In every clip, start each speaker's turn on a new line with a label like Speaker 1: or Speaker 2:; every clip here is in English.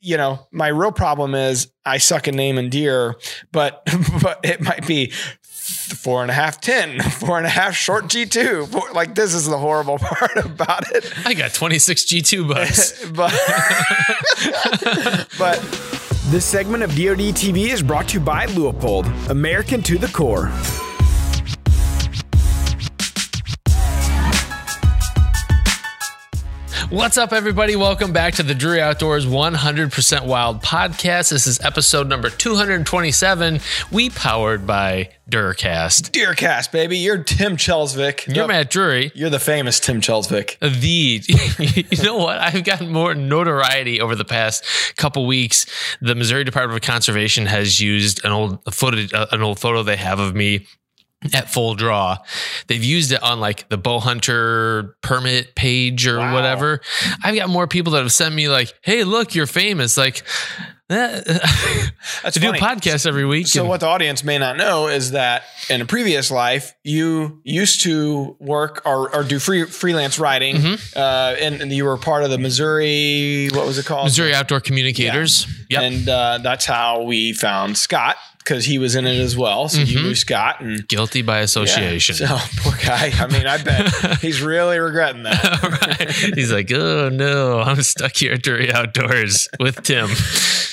Speaker 1: you know, my real problem is I suck in name and deer, but but it might be four and a half ten, four and a half short G2. Four, like this is the horrible part about it.
Speaker 2: I got 26 G2 bucks.
Speaker 1: but but
Speaker 3: This segment of DoD TV is brought to you by Leupold, American to the core.
Speaker 2: What's up, everybody? Welcome back to the Drury Outdoors 100% Wild podcast. This is episode number 227. We powered by Duracast.
Speaker 1: deer cast, baby, you're Tim Chelsvik.
Speaker 2: You're
Speaker 1: the,
Speaker 2: Matt Drury.
Speaker 1: you're the famous Tim Chelsvik.
Speaker 2: the you know what i've gotten more notoriety over the past couple weeks the missouri department of conservation has used an old footage uh, an old photo they have of me at full draw they've used it on like the bow hunter permit page or
Speaker 1: Wow.
Speaker 2: whatever i've got more people that have sent me like hey look you're famous like eh,
Speaker 1: That's
Speaker 2: i do a
Speaker 1: funny.
Speaker 2: podcast every week
Speaker 1: So
Speaker 2: and-
Speaker 1: what the audience may not know is that in a previous life, you used to work or, or do free freelance writing,
Speaker 2: Mm-hmm.
Speaker 1: uh, and, and you were part of the Missouri. What was it called?
Speaker 2: missouri outdoor communicators yep
Speaker 1: And uh, that's how we found Scott because he was in it as well. So you knew Scott and.
Speaker 2: guilty by Mm-hmm. association
Speaker 1: Yeah, so poor guy. I mean, I bet he's really regretting that.
Speaker 2: right. He's like, oh no, I'm stuck here at Drury Outdoors with Tim.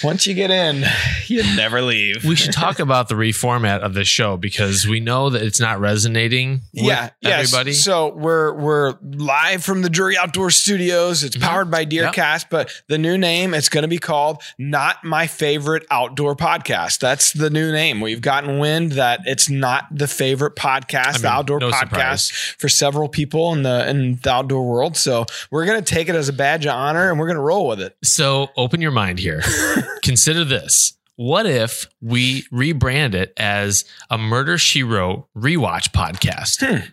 Speaker 1: Once you get in, you never leave.
Speaker 2: We should talk about the reformat of this show because we know that it's not resonating with
Speaker 1: yeah, yes.
Speaker 2: everybody.
Speaker 1: So we're we're live from the Drury Outdoor Studios. It's
Speaker 2: Mm-hmm.
Speaker 1: powered by Deercast, but the new name it's going to be called "Not My Favorite Outdoor Podcast." That's the new name. We've gotten wind that it's not the favorite podcast, the outdoor
Speaker 2: no
Speaker 1: podcast
Speaker 2: surprise.
Speaker 1: for several people in the in the outdoor world. So we're going to take it as a badge of honor, and we're going to roll with it.
Speaker 2: So open your mind here. Consider this. What if we rebrand it as a Murder She Wrote rewatch podcast?
Speaker 1: Hmm.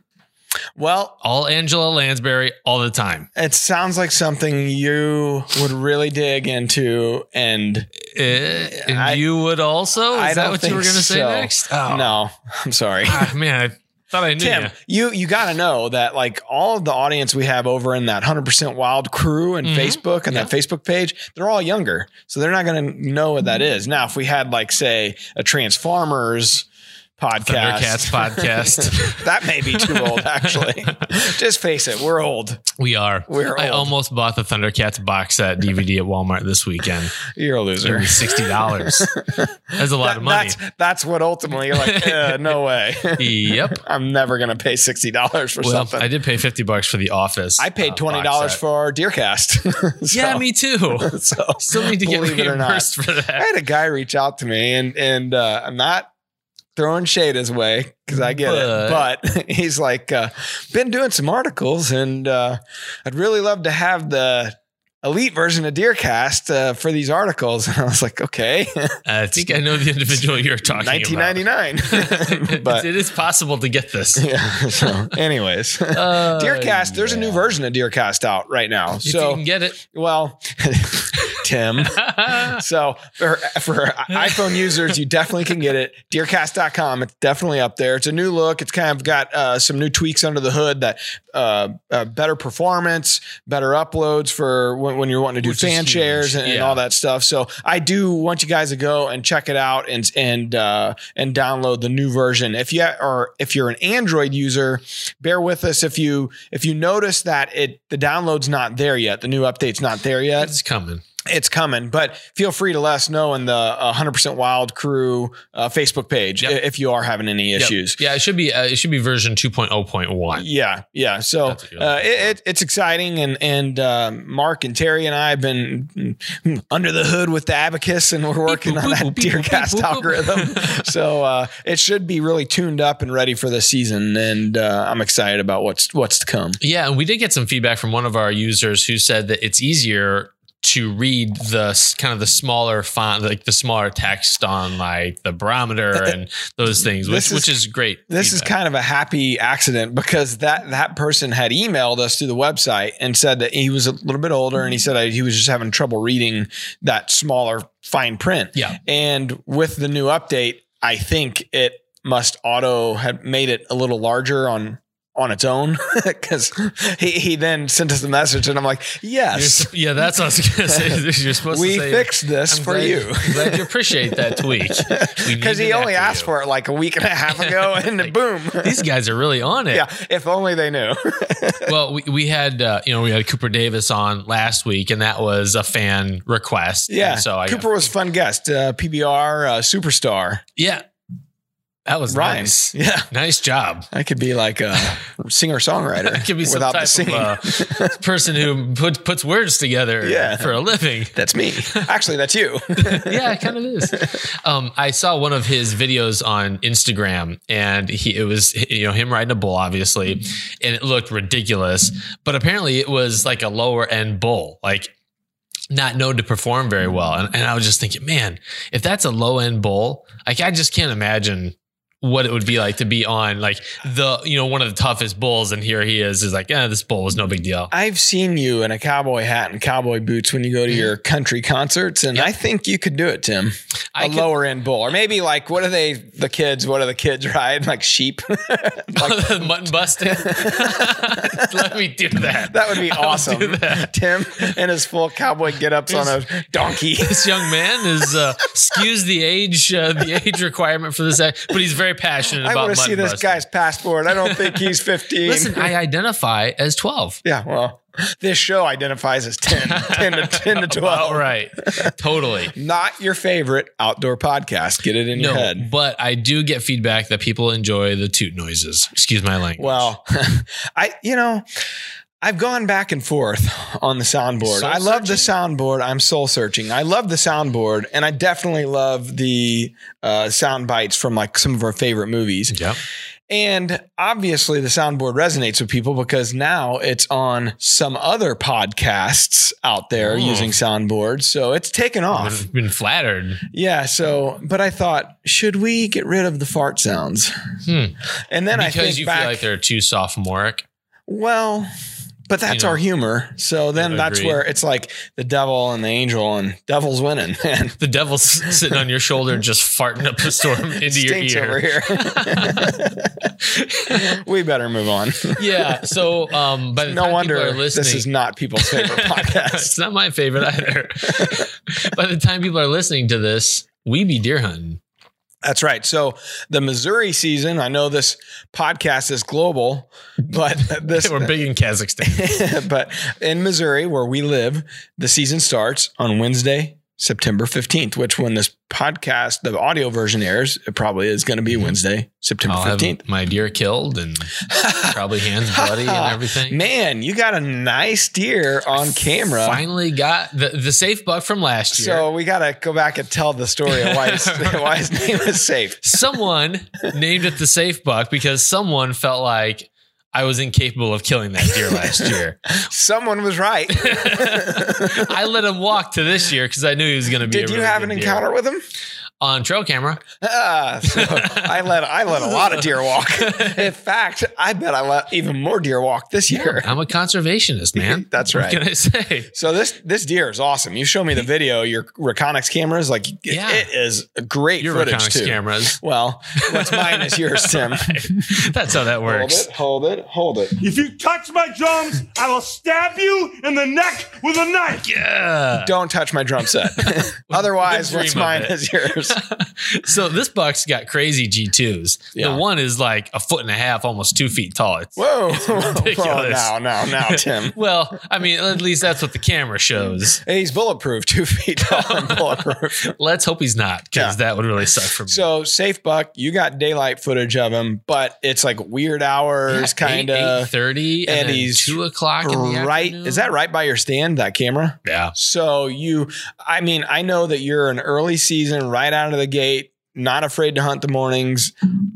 Speaker 1: Well,
Speaker 2: All Angela Lansbury all the time.
Speaker 1: It sounds like something you would really dig into, and
Speaker 2: Eh, and
Speaker 1: I-
Speaker 2: you would also? Is
Speaker 1: I
Speaker 2: that
Speaker 1: don't
Speaker 2: what you were
Speaker 1: think
Speaker 2: going to say
Speaker 1: so.
Speaker 2: next? Oh,
Speaker 1: no, I'm sorry.
Speaker 2: Ah, man, I thought I knew
Speaker 1: Tim,
Speaker 2: ya.
Speaker 1: you you got to know that like all of the audience we have over in that 100% wild crew and
Speaker 2: Mhm.
Speaker 1: Facebook and that Facebook page, they're all younger. So they're not going to know what that
Speaker 2: Mm-hmm.
Speaker 1: is. Now, if we had like say a Transformers podcast,
Speaker 2: Thundercats podcast.
Speaker 1: that may be too old actually. Just face it, we're old.
Speaker 2: We are.
Speaker 1: We're
Speaker 2: I
Speaker 1: old.
Speaker 2: almost bought the Thundercats box set DVD at Walmart this weekend.
Speaker 1: You're a
Speaker 2: It
Speaker 1: loser.
Speaker 2: was sixty dollars. That's a lot
Speaker 1: That-
Speaker 2: of money.
Speaker 1: That's that's what ultimately you're like, eh, no way.
Speaker 2: Yep.
Speaker 1: I'm never going to pay $60 for
Speaker 2: Well,
Speaker 1: something.
Speaker 2: I did pay fifty bucks for the Office.
Speaker 1: I paid
Speaker 2: uh,
Speaker 1: twenty
Speaker 2: box
Speaker 1: dollars
Speaker 2: set.
Speaker 1: for Deercast. so,
Speaker 2: yeah, me too.
Speaker 1: so
Speaker 2: Still need to get
Speaker 1: Believe it or not.
Speaker 2: reimbursed for
Speaker 1: I
Speaker 2: that.
Speaker 1: had a guy reach out to me, and and uh, I'm not throwing shade his way because I get it, but he's like, uh, been doing some articles, and uh, I'd really love to have the elite version of Deercast uh, for these articles. And I was like, okay,
Speaker 2: I think I know the individual you're talking about.
Speaker 1: 1999, but.
Speaker 2: it is possible to get this.
Speaker 1: Yeah. So, anyways,
Speaker 2: Uh,
Speaker 1: Deercast. There's a new version of Deercast out right now.
Speaker 2: If you
Speaker 1: So,
Speaker 2: can get it.
Speaker 1: well, Tim, So for, for iPhone users, you definitely can get it. Deercast.com. It's definitely up there. It's a new look. It's kind of got uh, some new tweaks under the hood that uh, uh, better performance, better uploads for when, when you're wanting to do
Speaker 2: Which is
Speaker 1: fan
Speaker 2: huge.
Speaker 1: shares and, and
Speaker 2: Yeah.
Speaker 1: all that stuff. So I do want you guys to go and check it out and and uh, and download the new version. If you ha- or if you're an Android user, bear with us if you if you notice that it the download's not there yet. The new update's not there yet
Speaker 2: it's coming.
Speaker 1: it's coming, but feel free to let us know in the uh, 100% Wild Crew uh, Facebook page
Speaker 2: Yep.
Speaker 1: i- if you are having any
Speaker 2: Yep.
Speaker 1: issues.
Speaker 2: Yeah, it should be. Uh, it should be version two point oh point one.
Speaker 1: Yeah, yeah. So
Speaker 2: That's what you're
Speaker 1: uh,
Speaker 2: looking
Speaker 1: it, it, it's exciting, and and uh, Mark and Terry and I have been mm, under the hood with the abacus, and we're working
Speaker 2: boop,
Speaker 1: on that
Speaker 2: boop, beep, boop,
Speaker 1: Deercast
Speaker 2: beep, boop, boop.
Speaker 1: algorithm. so uh, it should be really tuned up and ready for the season, and uh, I'm excited about what's what's to come.
Speaker 2: Yeah, and we did get some feedback from one of our users who said that it's easier to read the s- kind of the smaller font, like the smaller text on like the barometer and those things, which
Speaker 1: This is-
Speaker 2: which is great.
Speaker 1: this is kind of a happy accident because that that person had emailed us through the website and said that he was a little bit older and he said uh, he was just having trouble reading that smaller fine print.
Speaker 2: Yeah.
Speaker 1: And with the new update, I think it must auto have made it a little larger on on its own because he, he then sent us a message and I'm like,
Speaker 2: You're
Speaker 1: yes,
Speaker 2: sup- yeah, that's what I was gonna say. You're supposed
Speaker 1: we
Speaker 2: to say
Speaker 1: fixed this
Speaker 2: I'm
Speaker 1: for
Speaker 2: glad,
Speaker 1: you.
Speaker 2: I'm glad you appreciate that tweak. We
Speaker 1: Because
Speaker 2: needed
Speaker 1: he
Speaker 2: that
Speaker 1: only asked
Speaker 2: you.
Speaker 1: for it like a week and a half ago and
Speaker 2: Like,
Speaker 1: boom.
Speaker 2: These guys are really on it.
Speaker 1: yeah, if only they knew.
Speaker 2: Well, we, we had uh, you know we had Cooper Davis on last week, and that was a fan request.
Speaker 1: yeah.
Speaker 2: And so I
Speaker 1: Cooper was a fun guest, uh, PBR uh, superstar.
Speaker 2: yeah, that was
Speaker 1: Ryan.
Speaker 2: nice.
Speaker 1: Yeah.
Speaker 2: Nice job.
Speaker 1: I could be like a singer
Speaker 2: I
Speaker 1: songwriter
Speaker 2: could be some
Speaker 1: without
Speaker 2: type
Speaker 1: the singing.
Speaker 2: of uh, person who puts puts words together
Speaker 1: Yeah.
Speaker 2: for a living.
Speaker 1: that's me. Actually, that's you.
Speaker 2: yeah, it kind of is. Um, I saw one of his videos on Instagram, and he it was you know him riding a bull, obviously, and it looked ridiculous. But apparently, it was like a lower end bull, like not known to perform very well. And, and I was just thinking, man, if that's a low end bull, like I just can't imagine what it would be like to be on like the you know one of the toughest bulls, and here he is is like, yeah, this bull is no big deal.
Speaker 1: I've seen you in a cowboy hat and cowboy boots when you
Speaker 2: Mm-hmm.
Speaker 1: go to your country concerts, and I think you could do it, Tim. A
Speaker 2: I could-
Speaker 1: lower end bull, or maybe like what are they? The kids, what are the kids ride? Like sheep. like,
Speaker 2: mutton busting. Let me do that.
Speaker 1: that would be
Speaker 2: I'll do
Speaker 1: awesome.
Speaker 2: that.
Speaker 1: Tim in his full cowboy get-ups on a donkey.
Speaker 2: this young man is uh, skews the age uh, the age requirement for this act, but he's very passionate
Speaker 1: I
Speaker 2: about.
Speaker 1: want to see
Speaker 2: mutton
Speaker 1: this
Speaker 2: busting.
Speaker 1: guy's passport. I don't think he's fifteen.
Speaker 2: Listen, I identify as twelve.
Speaker 1: yeah, well, this show identifies as 10, 10 to ten to twelve.
Speaker 2: All right, totally.
Speaker 1: Not your favorite outdoor podcast. Get it in your
Speaker 2: No,
Speaker 1: head.
Speaker 2: but I do get feedback that people enjoy the toot noises. Excuse my language.
Speaker 1: Well, I you know, I've gone back and forth on the soundboard.
Speaker 2: Soul
Speaker 1: I love the soundboard. I'm soul searching. I love the soundboard, and I definitely love the uh, sound bites from like some of our favorite movies.
Speaker 2: yeah,
Speaker 1: And obviously, the soundboard resonates with people because now it's on some other podcasts out there
Speaker 2: Oh.
Speaker 1: using soundboards. So it's taken off.
Speaker 2: I've been flattered.
Speaker 1: Yeah. So, but I thought, should we get rid of the fart sounds?
Speaker 2: Hmm.
Speaker 1: And then I
Speaker 2: because
Speaker 1: think
Speaker 2: you
Speaker 1: back,
Speaker 2: feel like they're too sophomoric.
Speaker 1: well, but that's
Speaker 2: know.
Speaker 1: our humor. So then
Speaker 2: Yeah,
Speaker 1: that's
Speaker 2: agreed.
Speaker 1: where it's like the devil and the angel and devil's winning, man.
Speaker 2: The devil's sitting on your shoulder, just farting up the storm into your
Speaker 1: Stinks
Speaker 2: ear.
Speaker 1: over here. we better move on.
Speaker 2: Yeah. So, um, by the
Speaker 1: No
Speaker 2: time people
Speaker 1: wonder
Speaker 2: are listening,
Speaker 1: this is not people's favorite podcast.
Speaker 2: it's not my favorite either. By the time people are listening to this, we be deer hunting.
Speaker 1: That's right. So the Missouri season, I know this podcast is global, but this
Speaker 2: We're big in Kazakhstan.
Speaker 1: but in Missouri, where we live, the season starts on Wednesday, September 15th, which when this podcast, the audio version airs, it probably is going to be Wednesday, September
Speaker 2: I'll have
Speaker 1: 15th.
Speaker 2: my deer killed and probably hands bloody and everything.
Speaker 1: Man, you got a nice deer on camera.
Speaker 2: Finally got the, the safe buck from last year.
Speaker 1: So we got to go back and tell the story of why his, why his name is safe.
Speaker 2: someone named it the safe buck because someone felt like I was incapable of killing that deer last year.
Speaker 1: Someone was right.
Speaker 2: I let him walk to this year because I knew he was going to be.
Speaker 1: Did
Speaker 2: a
Speaker 1: you
Speaker 2: really
Speaker 1: have an
Speaker 2: good deer.
Speaker 1: encounter with him?
Speaker 2: on trail camera?
Speaker 1: Ah, so I let I let a lot of deer walk. In fact, I bet I let even more deer walk this year.
Speaker 2: I'm a conservationist, man.
Speaker 1: That's right.
Speaker 2: What can I say?
Speaker 1: So this this deer is awesome. You show me the video. Your Reconyx camera is like it-
Speaker 2: Yeah.
Speaker 1: it is great
Speaker 2: Your
Speaker 1: footage
Speaker 2: Reconyx
Speaker 1: too.
Speaker 2: cameras.
Speaker 1: Well, what's mine is yours, Tim.
Speaker 2: That's how that
Speaker 1: Hold
Speaker 2: works.
Speaker 1: it, hold it, hold it.
Speaker 4: If you touch my drums, I will stab you in the neck with a knife.
Speaker 2: Yeah.
Speaker 1: Don't touch my drum set. Otherwise,
Speaker 2: dream
Speaker 1: what's
Speaker 2: of
Speaker 1: mine
Speaker 2: it.
Speaker 1: is yours.
Speaker 2: So this buck's got crazy G2s.
Speaker 1: Yeah.
Speaker 2: The one is like a foot and a half, almost two feet tall. It's,
Speaker 1: Whoa, whoa,
Speaker 2: ridiculous.
Speaker 1: now, now, now, Tim.
Speaker 2: well, I mean, at least that's what the camera shows.
Speaker 1: He's bulletproof, two feet tall and bulletproof.
Speaker 2: Let's hope he's not, because that would really suck for me.
Speaker 1: So safe buck, you got daylight footage of him, but it's like weird hours, kind of
Speaker 2: thirty,
Speaker 1: and
Speaker 2: and, then
Speaker 1: he's
Speaker 2: two o'clock in the
Speaker 1: right.
Speaker 2: afternoon.
Speaker 1: Is that right by your stand? That camera.
Speaker 2: Yeah.
Speaker 1: So you, I mean, I know that you're an early season, right out of the gate, not afraid to hunt the mornings.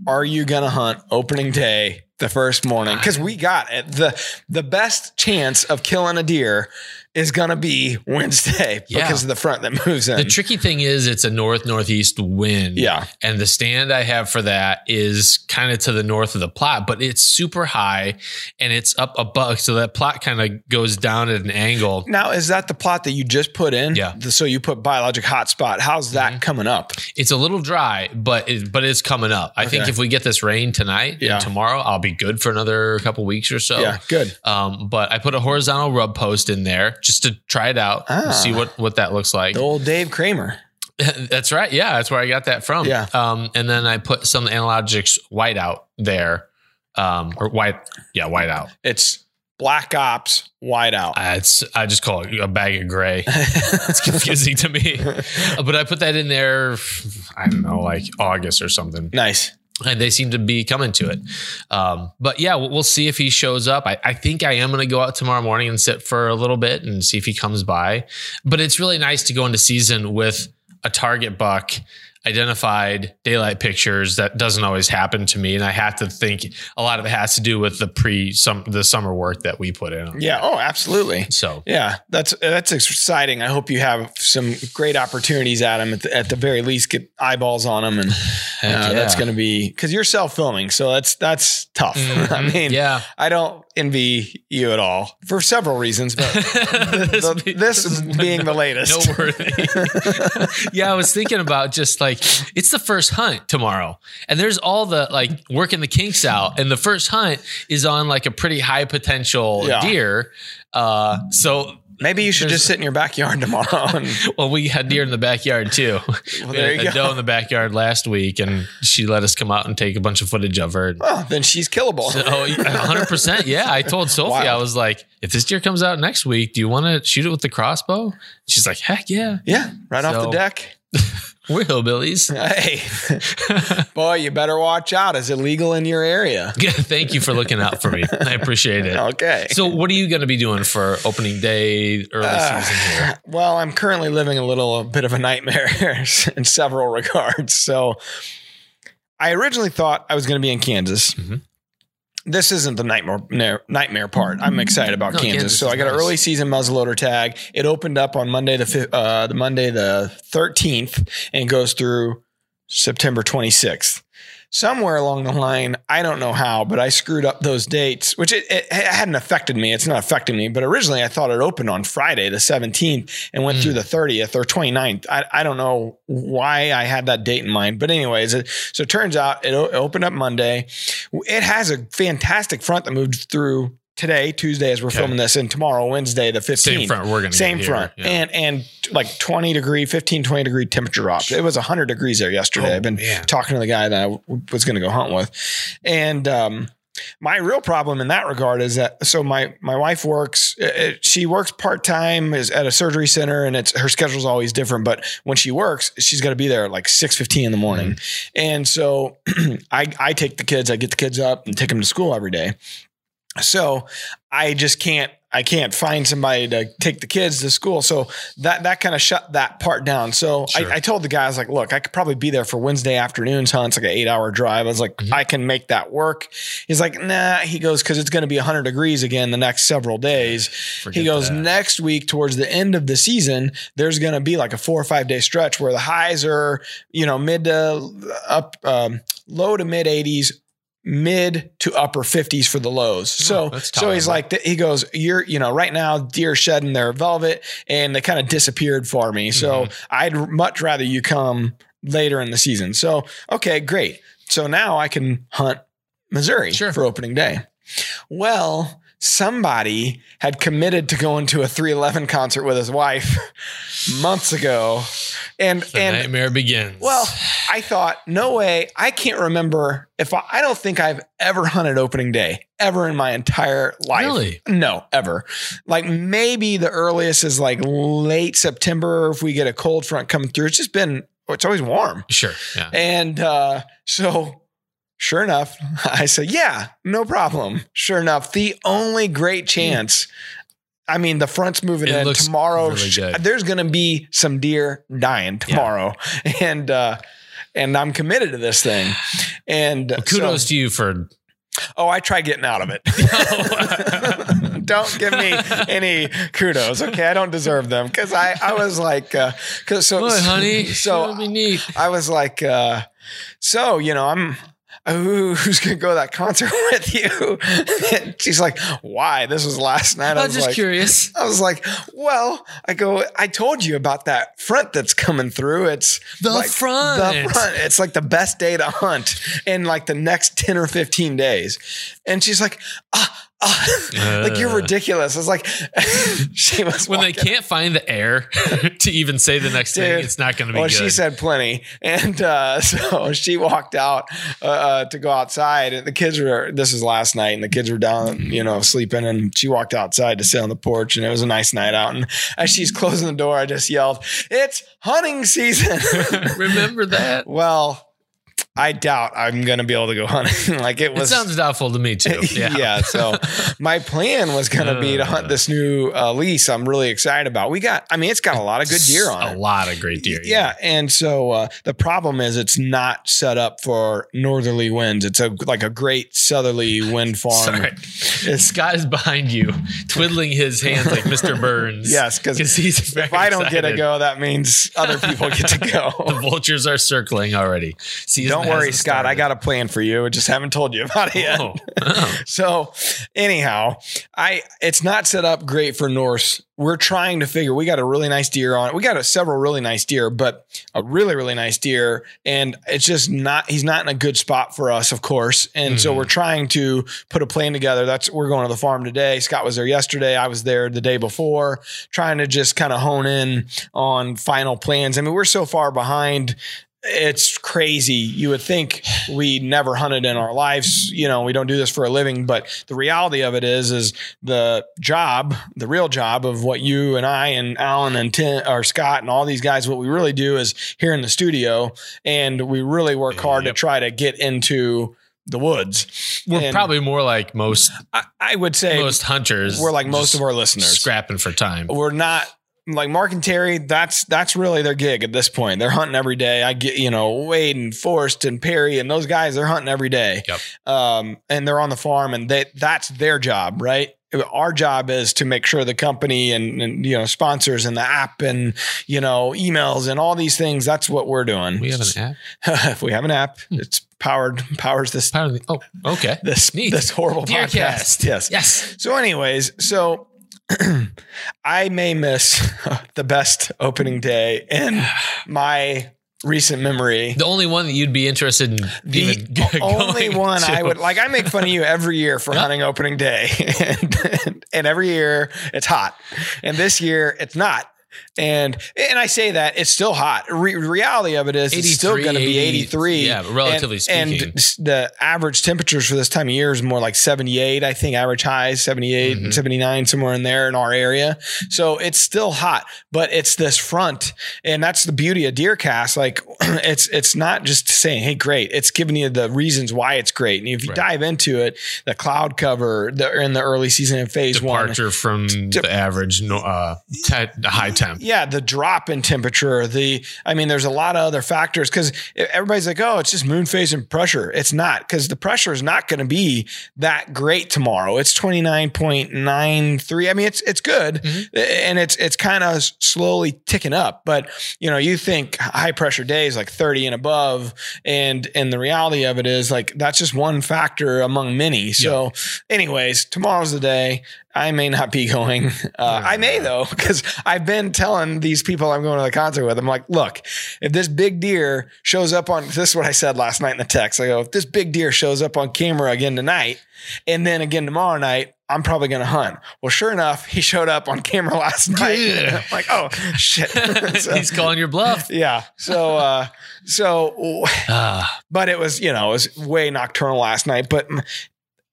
Speaker 1: Are you gonna hunt opening day, the first morning? Because we got it. the the best chance of killing a deer is going to be Wednesday
Speaker 2: Yeah.
Speaker 1: because of the front that moves in.
Speaker 2: The tricky thing is it's a north northeast wind.
Speaker 1: Yeah.
Speaker 2: And the stand I have for that is kind of to the north of the plot, but it's super high and it's up above. So that plot kind of goes down at an angle.
Speaker 1: now, is that the plot that you just put in?
Speaker 2: Yeah. Mm-hmm.
Speaker 1: The- so you put biologic hotspot. How's that coming up?
Speaker 2: It's a little dry, but it, but it's coming up. I think
Speaker 1: Okay.
Speaker 2: if we get this rain tonight
Speaker 1: Yeah.
Speaker 2: and tomorrow, I'll be good for another couple weeks or so.
Speaker 1: Yeah, good.
Speaker 2: Um, but I put a horizontal rub post in there just to try it out,
Speaker 1: Ah.
Speaker 2: see what what that looks like.
Speaker 1: The old Dave Kramer.
Speaker 2: That's right. Yeah, that's where I got that from.
Speaker 1: Yeah.
Speaker 2: Um, and then I put some analogics whiteout there. Um, or white, yeah, whiteout.
Speaker 1: It's Black Ops Whiteout.
Speaker 2: Uh, it's I just call it a bag of gray. it's confusing to me, but I put that in there. I don't know, like August or something,
Speaker 1: nice.
Speaker 2: and they seem to be coming to it. Um, but yeah, we'll, we'll see if he shows up. I, I think I am going to go out tomorrow morning and sit for a little bit and see if he comes by. But it's really nice to go into season with a target buck identified daylight pictures that doesn't always happen to me and i have to think a lot of it has to do with the pre some the summer work that we put in
Speaker 1: Yeah. Oh, absolutely.
Speaker 2: so
Speaker 1: Yeah, that's that's exciting. I hope you have some great opportunities, Adam. At the, at the very least, get eyeballs on them, and uh,
Speaker 2: Heck
Speaker 1: that's
Speaker 2: yeah.
Speaker 1: going to be because you're self filming, so that's that's tough. I mean,
Speaker 2: Mm-hmm. yeah
Speaker 1: I don't envy you at all for several reasons, but
Speaker 2: this,
Speaker 1: the,
Speaker 2: be-
Speaker 1: this,
Speaker 2: is
Speaker 1: being the
Speaker 2: no
Speaker 1: latest.
Speaker 2: worthy. yeah, I was thinking about just like it's the first hunt tomorrow, and there's all the like working the kinks out, and the first hunt is on like a pretty high potential
Speaker 1: Yeah.
Speaker 2: deer. Uh, so.
Speaker 1: Maybe you should
Speaker 2: There's-
Speaker 1: just sit in your backyard tomorrow. And,
Speaker 2: Well, we had deer in the backyard too. we
Speaker 1: there
Speaker 2: had
Speaker 1: you
Speaker 2: a
Speaker 1: go.
Speaker 2: doe in the backyard last week, and she let us come out and take a bunch of footage of her.
Speaker 1: oh, then she's killable.
Speaker 2: So, oh, 100%. Yeah. I told Sophie,
Speaker 1: Wild.
Speaker 2: I was like, if this deer comes out next week, do you want to shoot it with the crossbow? She's like, heck yeah.
Speaker 1: yeah, right off the
Speaker 2: So-
Speaker 1: deck.
Speaker 2: We're hillbillies.
Speaker 1: Hey, boy, you better watch out. It's illegal in your area.
Speaker 2: Yeah, Thank you for looking out for me. I appreciate it.
Speaker 1: Okay.
Speaker 2: So, what are you going to be doing for opening day, early
Speaker 1: Uh,
Speaker 2: season here?
Speaker 1: Well, I'm currently living a little a bit of a nightmare in several regards. So I originally thought I was going to be in Kansas.
Speaker 2: Mhm.
Speaker 1: This isn't the nightmare na- nightmare part. I'm excited about
Speaker 2: No,
Speaker 1: Kansas.
Speaker 2: Kansas
Speaker 1: So
Speaker 2: is
Speaker 1: I got an
Speaker 2: nice.
Speaker 1: early season muzzleloader tag. It opened up on Monday the fif- uh, the Monday the 13th and goes through September 26th. Somewhere along the line, I don't know how, but I screwed up those dates, which it, it, it hadn't affected me. It's not affecting me, but originally I thought it opened on Friday the 17th and went
Speaker 2: Mm.
Speaker 1: through the 30th or 29th. I, I don't know why I had that date in mind, but anyways, it, so it turns out it o- opened up Monday. It has a fantastic front that moved through today, Tuesday, as we're
Speaker 2: Okay.
Speaker 1: filming this, and tomorrow, Wednesday, the 15th
Speaker 2: Same front. We're going to
Speaker 1: same front and and like 20 degree 15 20 degree temperature drops it was 100 degrees there yesterday
Speaker 2: Oh,
Speaker 1: i've been
Speaker 2: man.
Speaker 1: talking to the guy that i w- was going to go hunt with and um my real problem in that regard is that so my my wife works uh, uh she works part time is at a surgery center and it's her schedule's always different but when she works she's got to be there at like six fifteen in the morning
Speaker 2: Mm-hmm.
Speaker 1: and so I I take the kids I get the kids up and take them to school every day so I just can't I can't find somebody to take the kids to school. So that that kind of shut that part down. So
Speaker 2: Sure.
Speaker 1: I, I told the guys like, look, I could probably be there for Wednesday afternoons, huh? It's like an eight hour drive. I was like,
Speaker 2: Mhm.
Speaker 1: I can make that work. He's like, nah. He goes because it's going to be hundred degrees again the next several days.
Speaker 2: Forget
Speaker 1: he goes
Speaker 2: that.
Speaker 1: next week towards the end of the season. There's going to be like a four or five day stretch where the highs are you know mid to up um, low to mid 80s mid to upper 50s for the lows. So
Speaker 2: that's
Speaker 1: so he's
Speaker 2: tolerable.
Speaker 1: like th- he goes you're you know right now deer shedding their velvet and they kind of disappeared for me. So I'd much rather you come later in the season. So okay, great. So now I can hunt Missouri
Speaker 2: Sure.
Speaker 1: for opening day. Well, somebody had committed to going to a 311 concert with his wife months ago. And
Speaker 2: The
Speaker 1: and
Speaker 2: nightmare begins.
Speaker 1: well, I thought, no way. I can't remember if I, I don't think I've ever hunted opening day ever in my entire life.
Speaker 2: Really?
Speaker 1: No, ever. Like maybe the earliest is like late September if we get a cold front coming through. It's just been, it's always warm.
Speaker 2: sure. Yeah.
Speaker 1: And uh, so, sure enough, I said, Yeah, no problem. Sure enough, the only great chance. I mean, the front's moving
Speaker 2: Hmm. It
Speaker 1: in
Speaker 2: looks
Speaker 1: tomorrow.
Speaker 2: really
Speaker 1: sh-
Speaker 2: good.
Speaker 1: there's going to be some deer dying tomorrow, and uh, and I'm committed to this thing. And
Speaker 2: Kudos
Speaker 1: so-
Speaker 2: to you for.
Speaker 1: oh, I tried getting out of it. don't give me any kudos. Okay, I don't deserve them because I I was like, uh, 'cause so
Speaker 2: Boy, honey,
Speaker 1: so
Speaker 2: that'd be neat.
Speaker 1: I was like, uh, so you know, I'm who, who's gonna go to that concert with you? And she's like, why? This was last night.
Speaker 2: I
Speaker 1: I
Speaker 2: was
Speaker 1: was
Speaker 2: just
Speaker 1: like,
Speaker 2: curious.
Speaker 1: I was like, well, I go, I told you about that front that's coming through. It's
Speaker 2: The
Speaker 1: like
Speaker 2: front.
Speaker 1: The front. It's like the best day to hunt in like the next 10 or 15 days. And she's like, ah, ah. like you're
Speaker 2: Uh.
Speaker 1: ridiculous. I was like, she was
Speaker 2: When they
Speaker 1: walking-
Speaker 2: can't find the air to even say the next thing,
Speaker 1: Dude.
Speaker 2: it's not going to be
Speaker 1: Well,
Speaker 2: good.
Speaker 1: she said plenty, and uh, so she walked out uh, uh, to go outside. And the kids were this was last night, and the kids were down, you know, sleeping. And she walked outside to sit on the porch, and it was a nice night out. And as she's closing the door, I just yelled, "It's hunting season!"
Speaker 2: Remember that?
Speaker 1: well, I doubt I'm going to be able to go hunting. like it
Speaker 2: It
Speaker 1: was.
Speaker 2: sounds doubtful to me too.
Speaker 1: yeah. So my plan was going to be to hunt this new uh, lease. I'm really excited about. We got. I mean, it's got a lot of good deer on it.
Speaker 2: A lot of great deer.
Speaker 1: Yeah, and so uh, the problem is it's not set up for northerly winds. It's a like a great southerly wind farm.
Speaker 2: Sorry.
Speaker 1: It's-
Speaker 2: Scott is behind you, twiddling his hands like Mr. Burns.
Speaker 1: Yes, 'cause
Speaker 2: because he's very
Speaker 1: if I don't get
Speaker 2: excited.
Speaker 1: to go, that means other people get to
Speaker 2: The
Speaker 1: go.
Speaker 2: vultures are circling already. Season
Speaker 1: don't worry,
Speaker 2: hasn't
Speaker 1: Scott. I
Speaker 2: started.
Speaker 1: got a plan for you. I just haven't told you about it yet.
Speaker 2: Oh, oh.
Speaker 1: So, anyhow, I it's not set up great for Norse. We're trying to figure. We got a really nice deer on. We got a, several really nice deer, but a really really nice deer, and it's just not. He's not in a good spot for us, of course. And so we're trying to put a plan together. That's we're going to the farm today. Scott was there yesterday. I was there the day before, trying to just kind of hone in on final plans. I mean, we're so far behind it's crazy. You would think we never hunted in our lives. You know, we don't do this for a living, but the reality of it is, is the job, the real job of what you and I and Alan and Tim or Scott and all these guys, what we really do is here in the studio, and we really work hard to try to get into the woods.
Speaker 2: we're
Speaker 1: And
Speaker 2: probably more like most
Speaker 1: I, I would say,
Speaker 2: most hunters.
Speaker 1: we're like most
Speaker 2: just
Speaker 1: of our listeners Oh.
Speaker 2: scrapping for time.
Speaker 1: we're not like Mark and Terry, that's that's really their gig at this point. They're hunting every day. I get you know Wade and Forrest and Perry and those guys. They're hunting every day,
Speaker 2: Yep.
Speaker 1: um, and they're on the farm, and they that's their job, right? Our job is to make sure the company and, and you know sponsors and the app and you know emails and all these things. That's what we're doing.
Speaker 2: We have an app. Hmm.
Speaker 1: if we have an app, it's powered powers this
Speaker 2: Part of the- oh, okay.
Speaker 1: this
Speaker 2: Neat.
Speaker 1: this horrible
Speaker 2: Deercast.
Speaker 1: podcast. Yes,
Speaker 2: Yes.
Speaker 1: so, anyways, so I may miss the best opening day in my recent memory.
Speaker 2: The only one that you'd be interested in.
Speaker 1: The
Speaker 2: even g-
Speaker 1: only
Speaker 2: going
Speaker 1: one
Speaker 2: to.
Speaker 1: I would like, I make fun of you every year for hunting opening day. and, and every year it's hot. And this year it's not. And and I say that it's still hot. Re- reality of it is it's still
Speaker 2: 83,
Speaker 1: going to be
Speaker 2: 80,
Speaker 1: 83.
Speaker 2: yeah, relatively
Speaker 1: and,
Speaker 2: speaking.
Speaker 1: And the average temperatures for this time of year is more like 78, I think, average highs 78, 79, somewhere in there in our area. So it's still hot, but it's this front. And that's the beauty of Deercast. Like it's it's not just saying, hey, great. It's giving you the reasons why it's great. And if you dive into it, the cloud cover the, in the early season in phase one,
Speaker 2: departure from the average no, uh, te- high temp.
Speaker 1: yeah, the drop in temperature, the I mean, there's a lot of other factors because everybody's like, oh, it's just moon phase and pressure. It's not because the pressure is not going to be that great tomorrow. It's 29.93. I mean, it's it's good e, and it's it's kind of slowly ticking up. But you know, you think high pressure days like 30 and above, and and the reality of it is like that's just one factor among many. So, anyways, tomorrow's the day. I may not be going. Uh, I may though, because I've been telling these people I'm going to the concert with. I'm like, look, if this big deer shows up on this is what I said last night in the text. I go, if this big deer shows up on camera again tonight, and then again tomorrow night, I'm probably going to hunt. Well, sure enough, he showed up on camera last night.
Speaker 2: Yeah.
Speaker 1: I'm like, oh shit. So,
Speaker 2: He's calling your bluff.
Speaker 1: yeah. So, uh, so
Speaker 2: Ah,
Speaker 1: but it was you know it was way nocturnal last night but mm,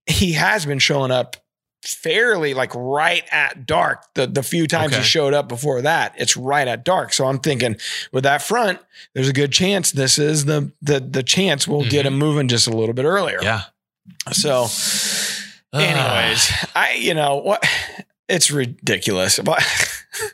Speaker 1: he has been showing up fairly like right at dark the the few times
Speaker 2: Okay.
Speaker 1: he showed up before that it's right at dark so i'm thinking with that front there's a good chance this is the the the chance we'll get him moving just a little bit earlier
Speaker 2: Mm-hmm. yeah.
Speaker 1: so
Speaker 2: Ah.
Speaker 1: anyways i you know what it's ridiculous but
Speaker 2: Ah,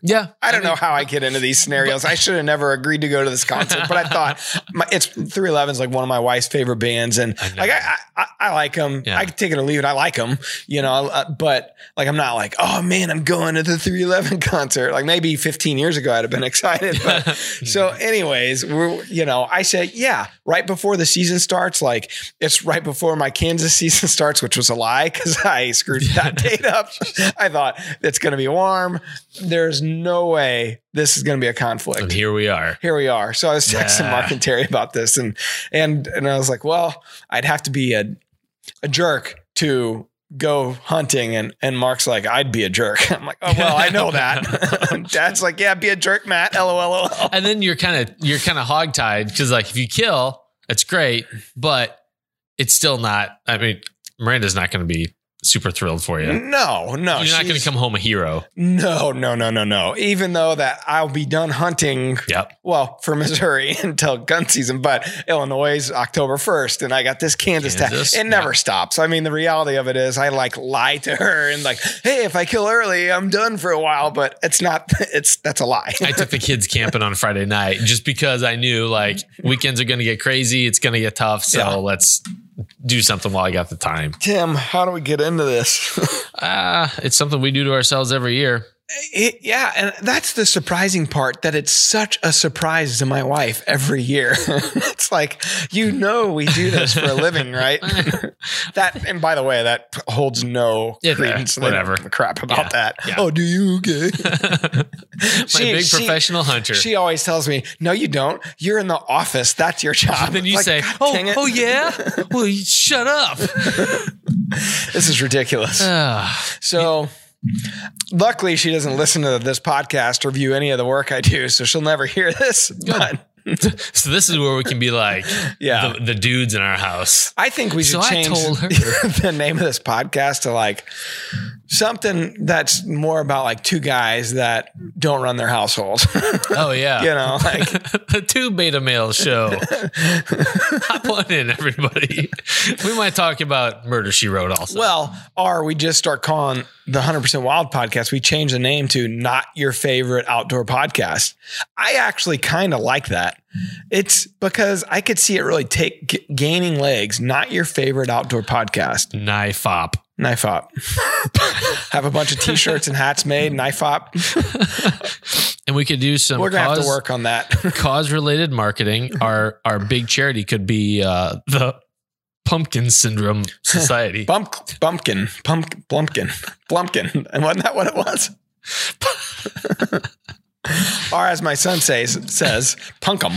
Speaker 2: Yeah.
Speaker 1: I don't
Speaker 2: mean,
Speaker 1: know how I get into these scenarios. I should have never agreed to go to this concert, but I thought my, it's 311 is like one of my wife's favorite bands, and
Speaker 2: know.
Speaker 1: like I, I, I like them.
Speaker 2: Yeah.
Speaker 1: I can take it or leave it. I like them, you know. uh, But like I'm not like, oh man, I'm going to the 311 concert. Like maybe 15 years ago, I'd have been excited. But so, anyways, we're you know, I said, yeah, right before the season starts, like it's right before my Kansas season starts, which was a lie because I screwed that date up. I thought it's going to be warm. There's no way this is going to be a conflict
Speaker 2: And here we are.
Speaker 1: here we are. So I was texting
Speaker 2: Yeah.
Speaker 1: Mark and Terry about this, and and and I was like, well, I'd have to be a a jerk to go hunting, and and Mark's like, I'd be a jerk. I'm like, oh well, I know that. Dad's like, yeah, be a jerk, Matt. LOL.
Speaker 2: And then you're kind of you're kind of hogtied because like if you kill, that's great, but it's still not. I mean, Miranda's not going to be super thrilled for you.
Speaker 1: No, Mm, no,
Speaker 2: you're not going
Speaker 1: she's-
Speaker 2: to come home a hero.
Speaker 1: No, no, no, no, no. Even though that I'll be done hunting
Speaker 2: Yep.
Speaker 1: well, for Missouri until gun season, but Illinois is October 1st. And I got this Kansas,
Speaker 2: Kansas,
Speaker 1: task. It never stops. I mean, the reality of it is I like lie to her and like, hey, if I kill early, I'm done for a while, but it's not, it's, that's a lie.
Speaker 2: I took the kids camping on Friday night just because I knew like weekends are going to get crazy. It's going to get tough. So
Speaker 1: Yeah.
Speaker 2: let's do something while I got the time.
Speaker 1: Tim, how do we get into this?
Speaker 2: Ah, it's something we do to ourselves every year.
Speaker 1: It- yeah. And that's the surprising part that it's such a surprise to my wife every year. it's like, you know, we do this for a living, right? that, and by the way, that holds no
Speaker 2: Yeah,
Speaker 1: credence. They
Speaker 2: whatever.
Speaker 1: don't give a crap about
Speaker 2: Yeah,
Speaker 1: that.
Speaker 2: yeah.
Speaker 1: Oh, do you? Okay.
Speaker 2: My
Speaker 1: She-
Speaker 2: big
Speaker 1: she-
Speaker 2: professional hunter.
Speaker 1: She always tells me, no, you don't. You're in the office. That's your job.
Speaker 2: and then you
Speaker 1: Like,
Speaker 2: say,
Speaker 1: "God dang
Speaker 2: "Oh,
Speaker 1: it.
Speaker 2: oh yeah." Well, you shut up.
Speaker 1: This is ridiculous.
Speaker 2: Ah.
Speaker 1: So luckily she doesn't listen to this podcast or view any of the work I do. So she'll never hear this. But
Speaker 2: So this is where we can be like
Speaker 1: Yeah.
Speaker 2: the, the dudes in our house.
Speaker 1: I think we
Speaker 2: So
Speaker 1: should
Speaker 2: I
Speaker 1: change
Speaker 2: told her.
Speaker 1: the name of this podcast to like something that's more about like two guys that don't run their households.
Speaker 2: Oh yeah.
Speaker 1: you know, like
Speaker 2: the two beta male show. Hop on in, everybody. We might talk about Murder She Wrote also.
Speaker 1: Well, or we just start calling the 100% Wild podcast, we change the name to Not Your Favorite Outdoor Podcast. I actually kind of like that. It's because I could see it really take g- gaining legs, Not Your Favorite Outdoor Podcast.
Speaker 2: knife op.
Speaker 1: Knife Op. have a bunch of t shirts and hats made, Knife Op.
Speaker 2: And we could do some
Speaker 1: We're going to have
Speaker 2: cause,
Speaker 1: to work on that.
Speaker 2: cause related marketing. Our our big charity could be uh, the Pumpkin Syndrome Society.
Speaker 1: Bump, bumpkin, pump, blumpkin, blumpkin. And wasn't that what it was? or as my son says, says punkum.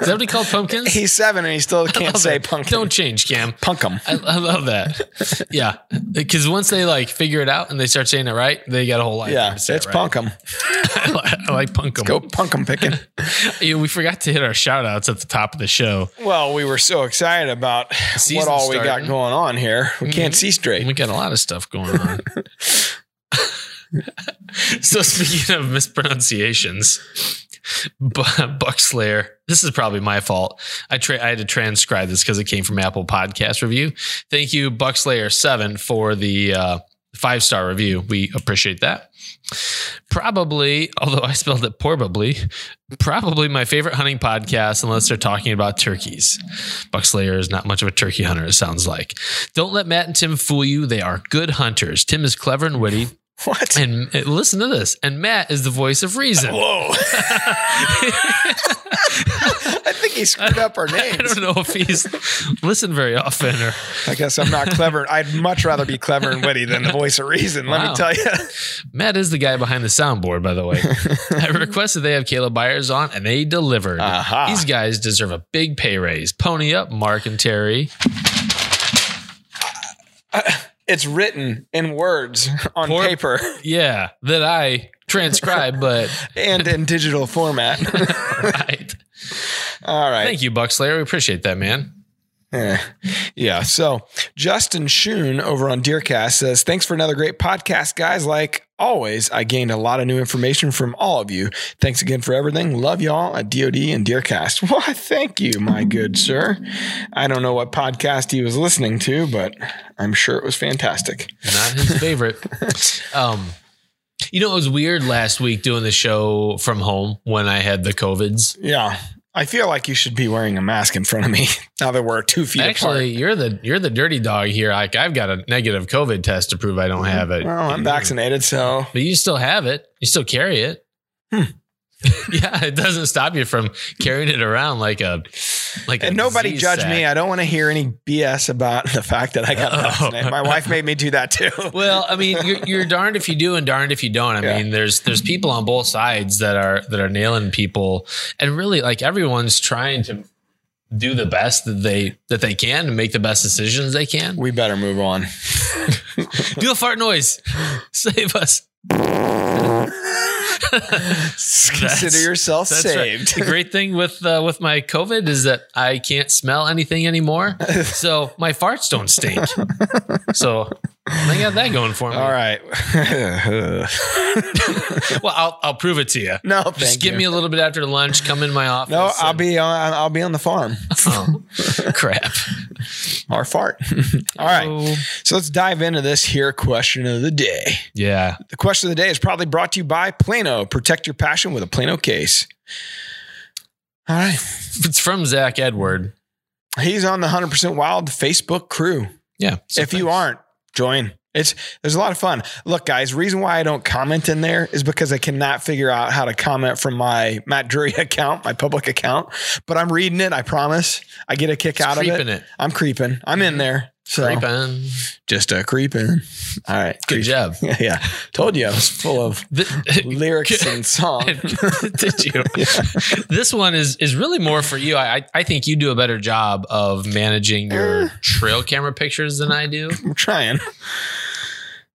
Speaker 2: Is that what he called pumpkins?
Speaker 1: He's seven and he still can't
Speaker 2: Love
Speaker 1: say
Speaker 2: it.
Speaker 1: punkin.
Speaker 2: Don't change, Cam.
Speaker 1: punkum.
Speaker 2: I, I love that. Yeah, because once they like figure it out and they start saying it right, they got a whole life.
Speaker 1: Yeah,
Speaker 2: to
Speaker 1: it's
Speaker 2: say it right.
Speaker 1: punkum.
Speaker 2: I like, I like punk 'em.
Speaker 1: Go punkum picking.
Speaker 2: Yeah, we forgot to hit our shout outs at the top of the show.
Speaker 1: well, we were so excited about what
Speaker 2: Season
Speaker 1: all we got
Speaker 2: starting.
Speaker 1: going on here. We can't see
Speaker 2: Mm-hmm. We
Speaker 1: straight.
Speaker 2: got a lot of stuff going on. so speaking of mispronunciations, Bu- Buckslayer. This is probably my fault. I tra- I had to transcribe this because it came from Apple Podcast review. Thank you, Buckslayer Seven, for the uh, five star review. We appreciate that. Probably, although I spelled it probably, probably my favorite hunting podcast, unless they're talking about turkeys. Buckslayer is not much of a turkey hunter. It sounds like. Don't let Matt and Tim fool you. They are good hunters. Tim is clever and witty.
Speaker 1: What?
Speaker 2: And and listen to this. And Matt is the voice of reason.
Speaker 1: Whoa. I think he screwed up our
Speaker 2: I
Speaker 1: names.
Speaker 2: don't know if he's listened very often or
Speaker 1: I guess I'm not clever. I'd much rather be clever and witty than the voice of reason. Let
Speaker 2: Wow.
Speaker 1: me tell you.
Speaker 2: Matt is the guy behind the soundboard, by the way. I requested they have Caleb Byers on and they delivered.
Speaker 1: Aha.
Speaker 2: These guys deserve a big pay raise. Pony up, Mark and Terry.
Speaker 1: It's written in words on
Speaker 2: Poor-
Speaker 1: paper
Speaker 2: Yeah, that I transcribe, but
Speaker 1: and in digital format.
Speaker 2: right.
Speaker 1: All right.
Speaker 2: Thank you, Buckslayer. We appreciate that, man.
Speaker 1: Eh. Yeah. So Justin Shoon over on Deercast says, Thanks for another great podcast, guys. Like always, I gained a lot of new information from all of you. Thanks again for everything. Love y'all at DOD and Deercast. Why, thank you, my good sir. I don't know what podcast he was listening to, but I'm sure it was fantastic.
Speaker 2: Not his favorite. um You know, it was weird last week doing the show from home when I had the COVIDs.
Speaker 1: Yeah. I feel like you should be wearing a mask in front of me now that we're two feet
Speaker 2: Actually,
Speaker 1: apart.
Speaker 2: you're the you're the dirty dog here. Like I've got a negative COVID test to prove I don't have
Speaker 1: Mm,
Speaker 2: it.
Speaker 1: Well, I'm vaccinated, so
Speaker 2: But you still have it. You still carry it.
Speaker 1: Hmm.
Speaker 2: yeah, it doesn't stop you from carrying it around like a like.
Speaker 1: and
Speaker 2: a
Speaker 1: nobody
Speaker 2: disease
Speaker 1: judge
Speaker 2: sack.
Speaker 1: me. I don't want to hear any BS about the fact that I got
Speaker 2: Oh.
Speaker 1: vaccinated. My wife made me do that too.
Speaker 2: Well, I mean, you're, you're darned if you do and darned if you don't. I
Speaker 1: Yeah.
Speaker 2: mean, there's there's people on both sides that are that are nailing people, and really, like everyone's trying to do the best that they that they can to make the best decisions they can.
Speaker 1: we better move on.
Speaker 2: Do a fart noise, save us.
Speaker 1: Consider yourself
Speaker 2: That's right.
Speaker 1: saved.
Speaker 2: The great thing with uh, with my COVID is that I can't smell anything anymore, so my farts don't stink. So I got that going for me.
Speaker 1: All right.
Speaker 2: Well, I'll I'll prove it to you.
Speaker 1: no,
Speaker 2: Just
Speaker 1: thank
Speaker 2: give
Speaker 1: you.
Speaker 2: me a little bit after lunch. Come in my office.
Speaker 1: no, I'll
Speaker 2: and-
Speaker 1: be on. I'll be on the farm.
Speaker 2: Oh, crap.
Speaker 1: Or fart. All right.
Speaker 2: Oh.
Speaker 1: So let's dive into this here question of the day.
Speaker 2: Yeah.
Speaker 1: The question of the day is probably brought to you by Plano. Protect your passion with a Plano case. All right.
Speaker 2: It's from Zach Edward.
Speaker 1: He's on the 100% Wild Facebook crew.
Speaker 2: Yeah. So
Speaker 1: if you aren't, join. It's there's a lot of fun. Look, guys, reason why I don't comment in there is because I cannot figure out how to comment from my Matt Drury account, my public account. But I'm reading it, I promise. I get a kick
Speaker 2: it's
Speaker 1: out of
Speaker 2: creeping
Speaker 1: it.
Speaker 2: it.
Speaker 1: I'm creeping. I'm in there. So
Speaker 2: Creeping.
Speaker 1: just a creeping. All right.
Speaker 2: Good
Speaker 1: creep.
Speaker 2: job.
Speaker 1: yeah. Told you I was full of
Speaker 2: Th-
Speaker 1: lyrics and song.
Speaker 2: Did you? This one is is really more for you. I I- I think you do a better job of managing
Speaker 1: Eh.
Speaker 2: your trail camera pictures than I do.
Speaker 1: I'm trying.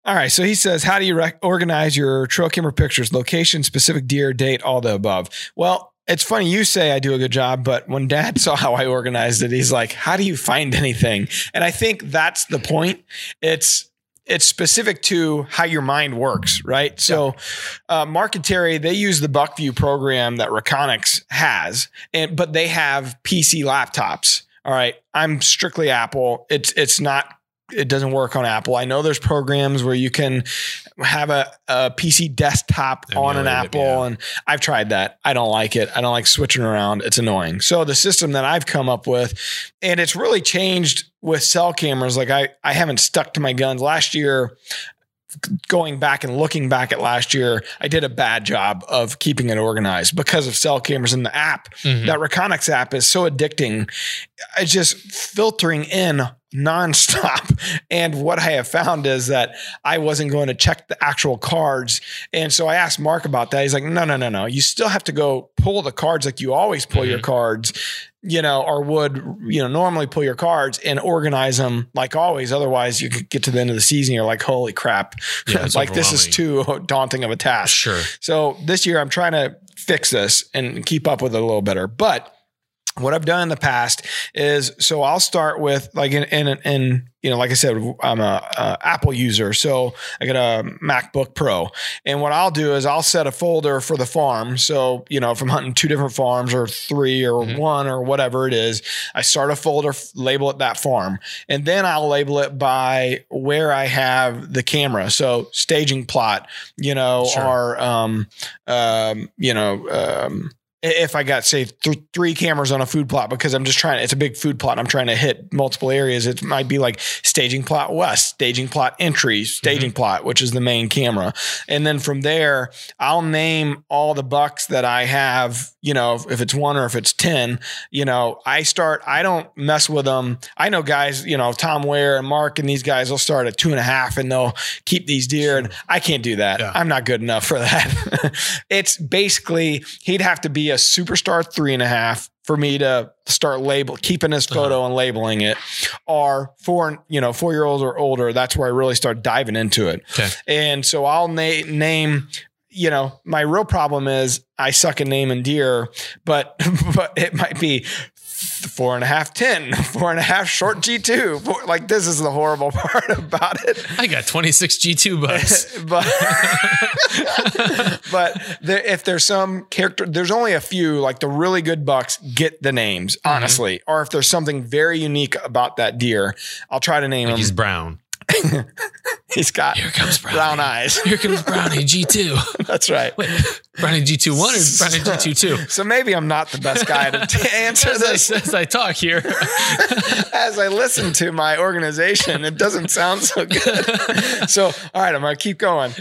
Speaker 1: All right. So he says, How do you rec- organize your trail camera pictures, location, specific deer, date, all the above? Well, it's funny you say I do a good job, but when dad saw how I organized it, he's like, How do you find anything? And I think that's the point. It's, it's specific to how your mind works, right? So, uh, Mark and Terry they use the Buckview program that Reconyx has, and but they have PC laptops. All right, I'm strictly Apple. It's it's not it doesn't work on Apple. I know there's programs where you can have a, a PC desktop on an
Speaker 2: Emulate it,
Speaker 1: Apple,
Speaker 2: yeah.
Speaker 1: and I've tried that. I don't like it. I don't like switching around. It's annoying. So the system that I've come up with, and it's really changed with cell cameras. Like I, I haven't stuck to my guns. Last year, going back and looking back at last year, I did a bad job of keeping it organized because of cell cameras in the app
Speaker 2: Mhm.
Speaker 1: that Reconyx app is so addicting. It's just filtering in nonstop. And what I have found is that I wasn't going to check the actual cards. And so I asked Mark about that. He's like, no, no, no, no. You still have to go pull the cards like you always pull
Speaker 2: Mm-hmm.
Speaker 1: your cards, you know, or would, you know, normally pull your cards and organize them like always. Otherwise, you could get to the end of the season. You're like, holy crap.
Speaker 2: Yeah, it's
Speaker 1: like, this is too daunting of a task.
Speaker 2: Sure.
Speaker 1: So this year I'm trying to fix this and keep up with it a little better. But what I've done in the past is so I'll start with like in in, in you know like I said I'm a, a Apple user so I got a MacBook Pro and what I'll do is I'll set a folder for the farm so you know if I'm hunting two different farms or three or
Speaker 2: Mhm.
Speaker 1: one or whatever it is I start a folder f- label it that farm and then I'll label it by where I have the camera so staging plot you know
Speaker 2: Sure.
Speaker 1: or um um you know um if I got say th- three cameras on a food plot because I'm just trying it's a big food plot and I'm trying to hit multiple areas it might be like staging plot west staging plot entry staging plot which is the main camera and then from there I'll name all the bucks that I have you know if, if it's one or if it's 10 you know I start I don't mess with them I know guys you know Tom Ware and Mark and these guys will start at two and a half and they'll keep these deer and I can't do that
Speaker 2: Yeah.
Speaker 1: I'm not good enough for that it's basically he'd have to be a superstar three and a half for me to start label keeping his photo and labeling it or four you know four year olds or older that's where i really start diving into it
Speaker 2: Okay.
Speaker 1: and so i'll na- name you know my real problem is i suck at naming deer but but it might be four and a half ten four and a half short g2 four, like this is the horrible part about it
Speaker 2: I got 26 G2 bucks.
Speaker 1: but but there, if there's some character, there's only a few like the really good bucks get the names honestly, or if there's something very unique about that deer, I'll try to name them.
Speaker 2: He's brown.
Speaker 1: He's got
Speaker 2: Here comes Brownie.
Speaker 1: brown eyes.
Speaker 2: Here comes Brownie G2.
Speaker 1: That's right.
Speaker 2: Wait, Brownie G2 1 or Brownie G2 2?
Speaker 1: So maybe I'm not the best guy to, to answer
Speaker 2: As I,
Speaker 1: this
Speaker 2: as I talk here,
Speaker 1: as I listen to my organization. It doesn't sound so good. So, all right, I'm going to keep going.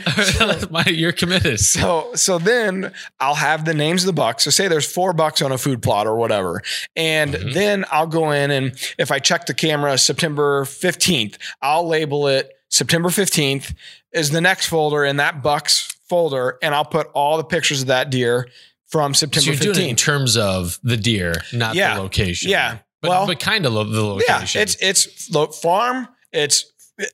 Speaker 2: my, you're committed.
Speaker 1: So so then I'll have the names of the bucks. So say there's four bucks on a food plot or whatever. And
Speaker 2: Mm-hmm.
Speaker 1: then I'll go in and if I check the camera September 15th, I'll label it September 15th is the next folder in that bucks folder and I'll put all the pictures of that deer from
Speaker 2: So
Speaker 1: September
Speaker 2: you're doing it in
Speaker 1: 15th.
Speaker 2: terms of the deer, not
Speaker 1: Yeah.
Speaker 2: the location.
Speaker 1: Yeah.
Speaker 2: But,
Speaker 1: Well-
Speaker 2: but kind of lo- the
Speaker 1: Yeah,
Speaker 2: location.
Speaker 1: it's it's lo- farm, it's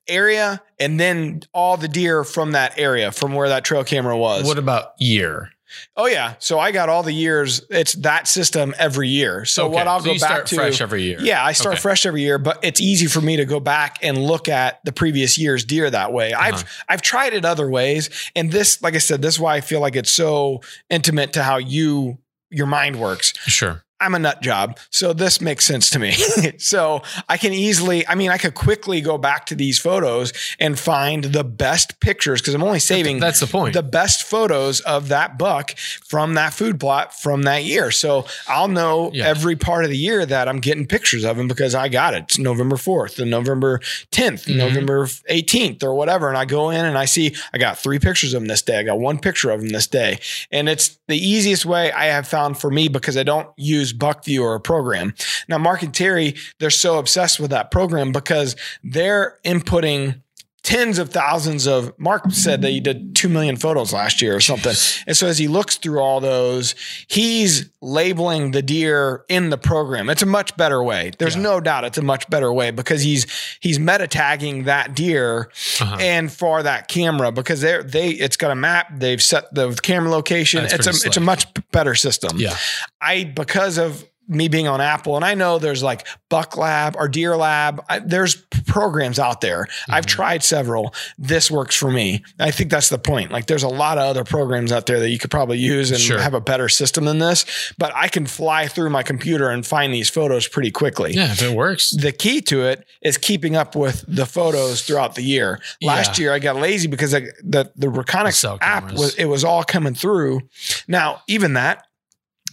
Speaker 1: area and then all the deer from that area from where that trail camera was.
Speaker 2: what about year?
Speaker 1: Oh yeah. So I got all the years. It's that system every year. So
Speaker 2: Okay,
Speaker 1: what I'll
Speaker 2: so
Speaker 1: go
Speaker 2: you
Speaker 1: back
Speaker 2: start
Speaker 1: to
Speaker 2: fresh every year.
Speaker 1: Yeah, I start
Speaker 2: Okay.
Speaker 1: fresh every year, but it's easy for me to go back and look at the previous year's deer that way.
Speaker 2: Uh-huh.
Speaker 1: I've I've tried it other ways, and this, like I said, this is why I feel like it's so intimate to how you your mind works.
Speaker 2: Sure.
Speaker 1: I'm a nut job. So this makes sense to me. so I can easily, I mean, I could quickly go back to these photos and find the best pictures because I'm only saving
Speaker 2: That's the point.
Speaker 1: the best photos of that buck from that food plot from that year. So I'll know
Speaker 2: Yeah.
Speaker 1: every part of the year that I'm getting pictures of him because I got it. It's November 4th and November 10th, November 18th or whatever. And I go in and I see I got three pictures of him this day. I got one picture of him this day. And it's the easiest way I have found for me because I don't use Buckview or a program. Now, Mark and Terry, they're so obsessed with that program because they're inputting tens of thousands of Mark said that he did 2 million photos last year or something. And so as he looks through all those, he's labeling the deer in the program. It's a much better way. There's no doubt it's a much better way because he's he's meta tagging that deer
Speaker 2: Uh-huh.
Speaker 1: and for that camera because they are they it's got a map, they've set the camera location.
Speaker 2: That's
Speaker 1: it's a
Speaker 2: pretty
Speaker 1: it's a
Speaker 2: slick.
Speaker 1: much better system.
Speaker 2: Yeah.
Speaker 1: I because of me being on Apple, and I know there's like Buck Lab or Deer Lab. I, there's programs out there. I've
Speaker 2: Mm-hmm.
Speaker 1: tried several. This works for me. I think that's the point. Like, there's a lot of other programs out there that you could probably use and
Speaker 2: Sure.
Speaker 1: have a better system than this. But I can fly through my computer and find these photos pretty quickly.
Speaker 2: Yeah, if it works.
Speaker 1: The key to it is keeping up with the photos throughout the year. Last
Speaker 2: Yeah.
Speaker 1: year I got lazy because I, the the Reconic
Speaker 2: cell
Speaker 1: app
Speaker 2: cameras.
Speaker 1: was it was all coming through. Now even that,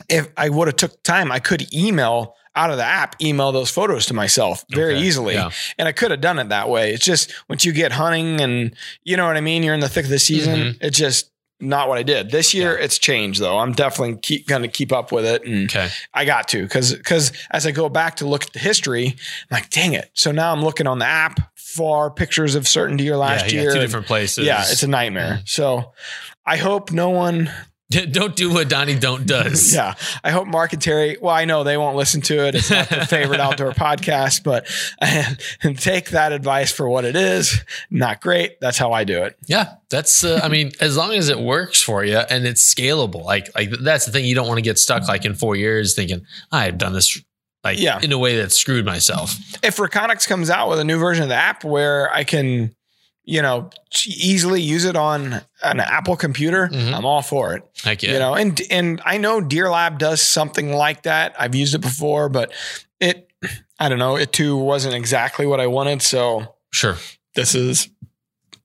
Speaker 1: if I would have took time, I could email out of the app, email those photos to myself very
Speaker 2: Okay.
Speaker 1: easily,
Speaker 2: Yeah.
Speaker 1: and I could have done it that way. It's just once you get hunting and you know what I mean, you're in the thick of the season.
Speaker 2: Mhm.
Speaker 1: It's just not what I did this year. It's changed though. I'm definitely keep going to keep up with it and.
Speaker 2: Okay.
Speaker 1: I got to because because as I go back to look at the history, I'm like, dang it. So now I'm looking on the app for pictures of certain deer
Speaker 2: Yeah,
Speaker 1: last
Speaker 2: you
Speaker 1: year.
Speaker 2: got two
Speaker 1: and-
Speaker 2: different places. Mm-hmm.
Speaker 1: yeah, it's a nightmare. So I hope no one
Speaker 2: don't do what Donnie Don't does.
Speaker 1: yeah. I hope Mark and Terry, well, I know they won't listen to it. It's not their favorite outdoor podcast, but and take that advice for what it is. Not great. That's how I do it.
Speaker 2: Yeah, that's. Uh, I mean, as long as it works for you and it's scalable, like like that's the thing. You don't want to get stuck like in four years thinking I've done this like
Speaker 1: Yeah.
Speaker 2: in a way that screwed myself.
Speaker 1: if Reconyx comes out with a new version of the app where I can, you know, easily use it on an Apple computer,
Speaker 2: Mhm.
Speaker 1: I'm all for it.
Speaker 2: Heck yeah.
Speaker 1: You know, and and I know Deer Lab does something like that. I've used it before, but it, I don't know, it too wasn't exactly what I wanted. So
Speaker 2: sure.
Speaker 1: this is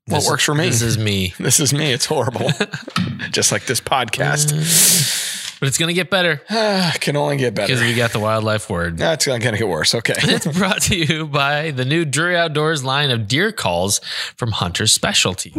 Speaker 1: what
Speaker 2: This-
Speaker 1: works for me.
Speaker 2: This is me.
Speaker 1: This is me. It's horrible, just like this podcast.
Speaker 2: But it's gonna get better
Speaker 1: can only get
Speaker 2: because
Speaker 1: better.
Speaker 2: we got the wildlife word.
Speaker 1: That's not going to get worse. Okay.
Speaker 2: It's brought to you by the new Drury Outdoors line of deer calls from Hunter Specialties.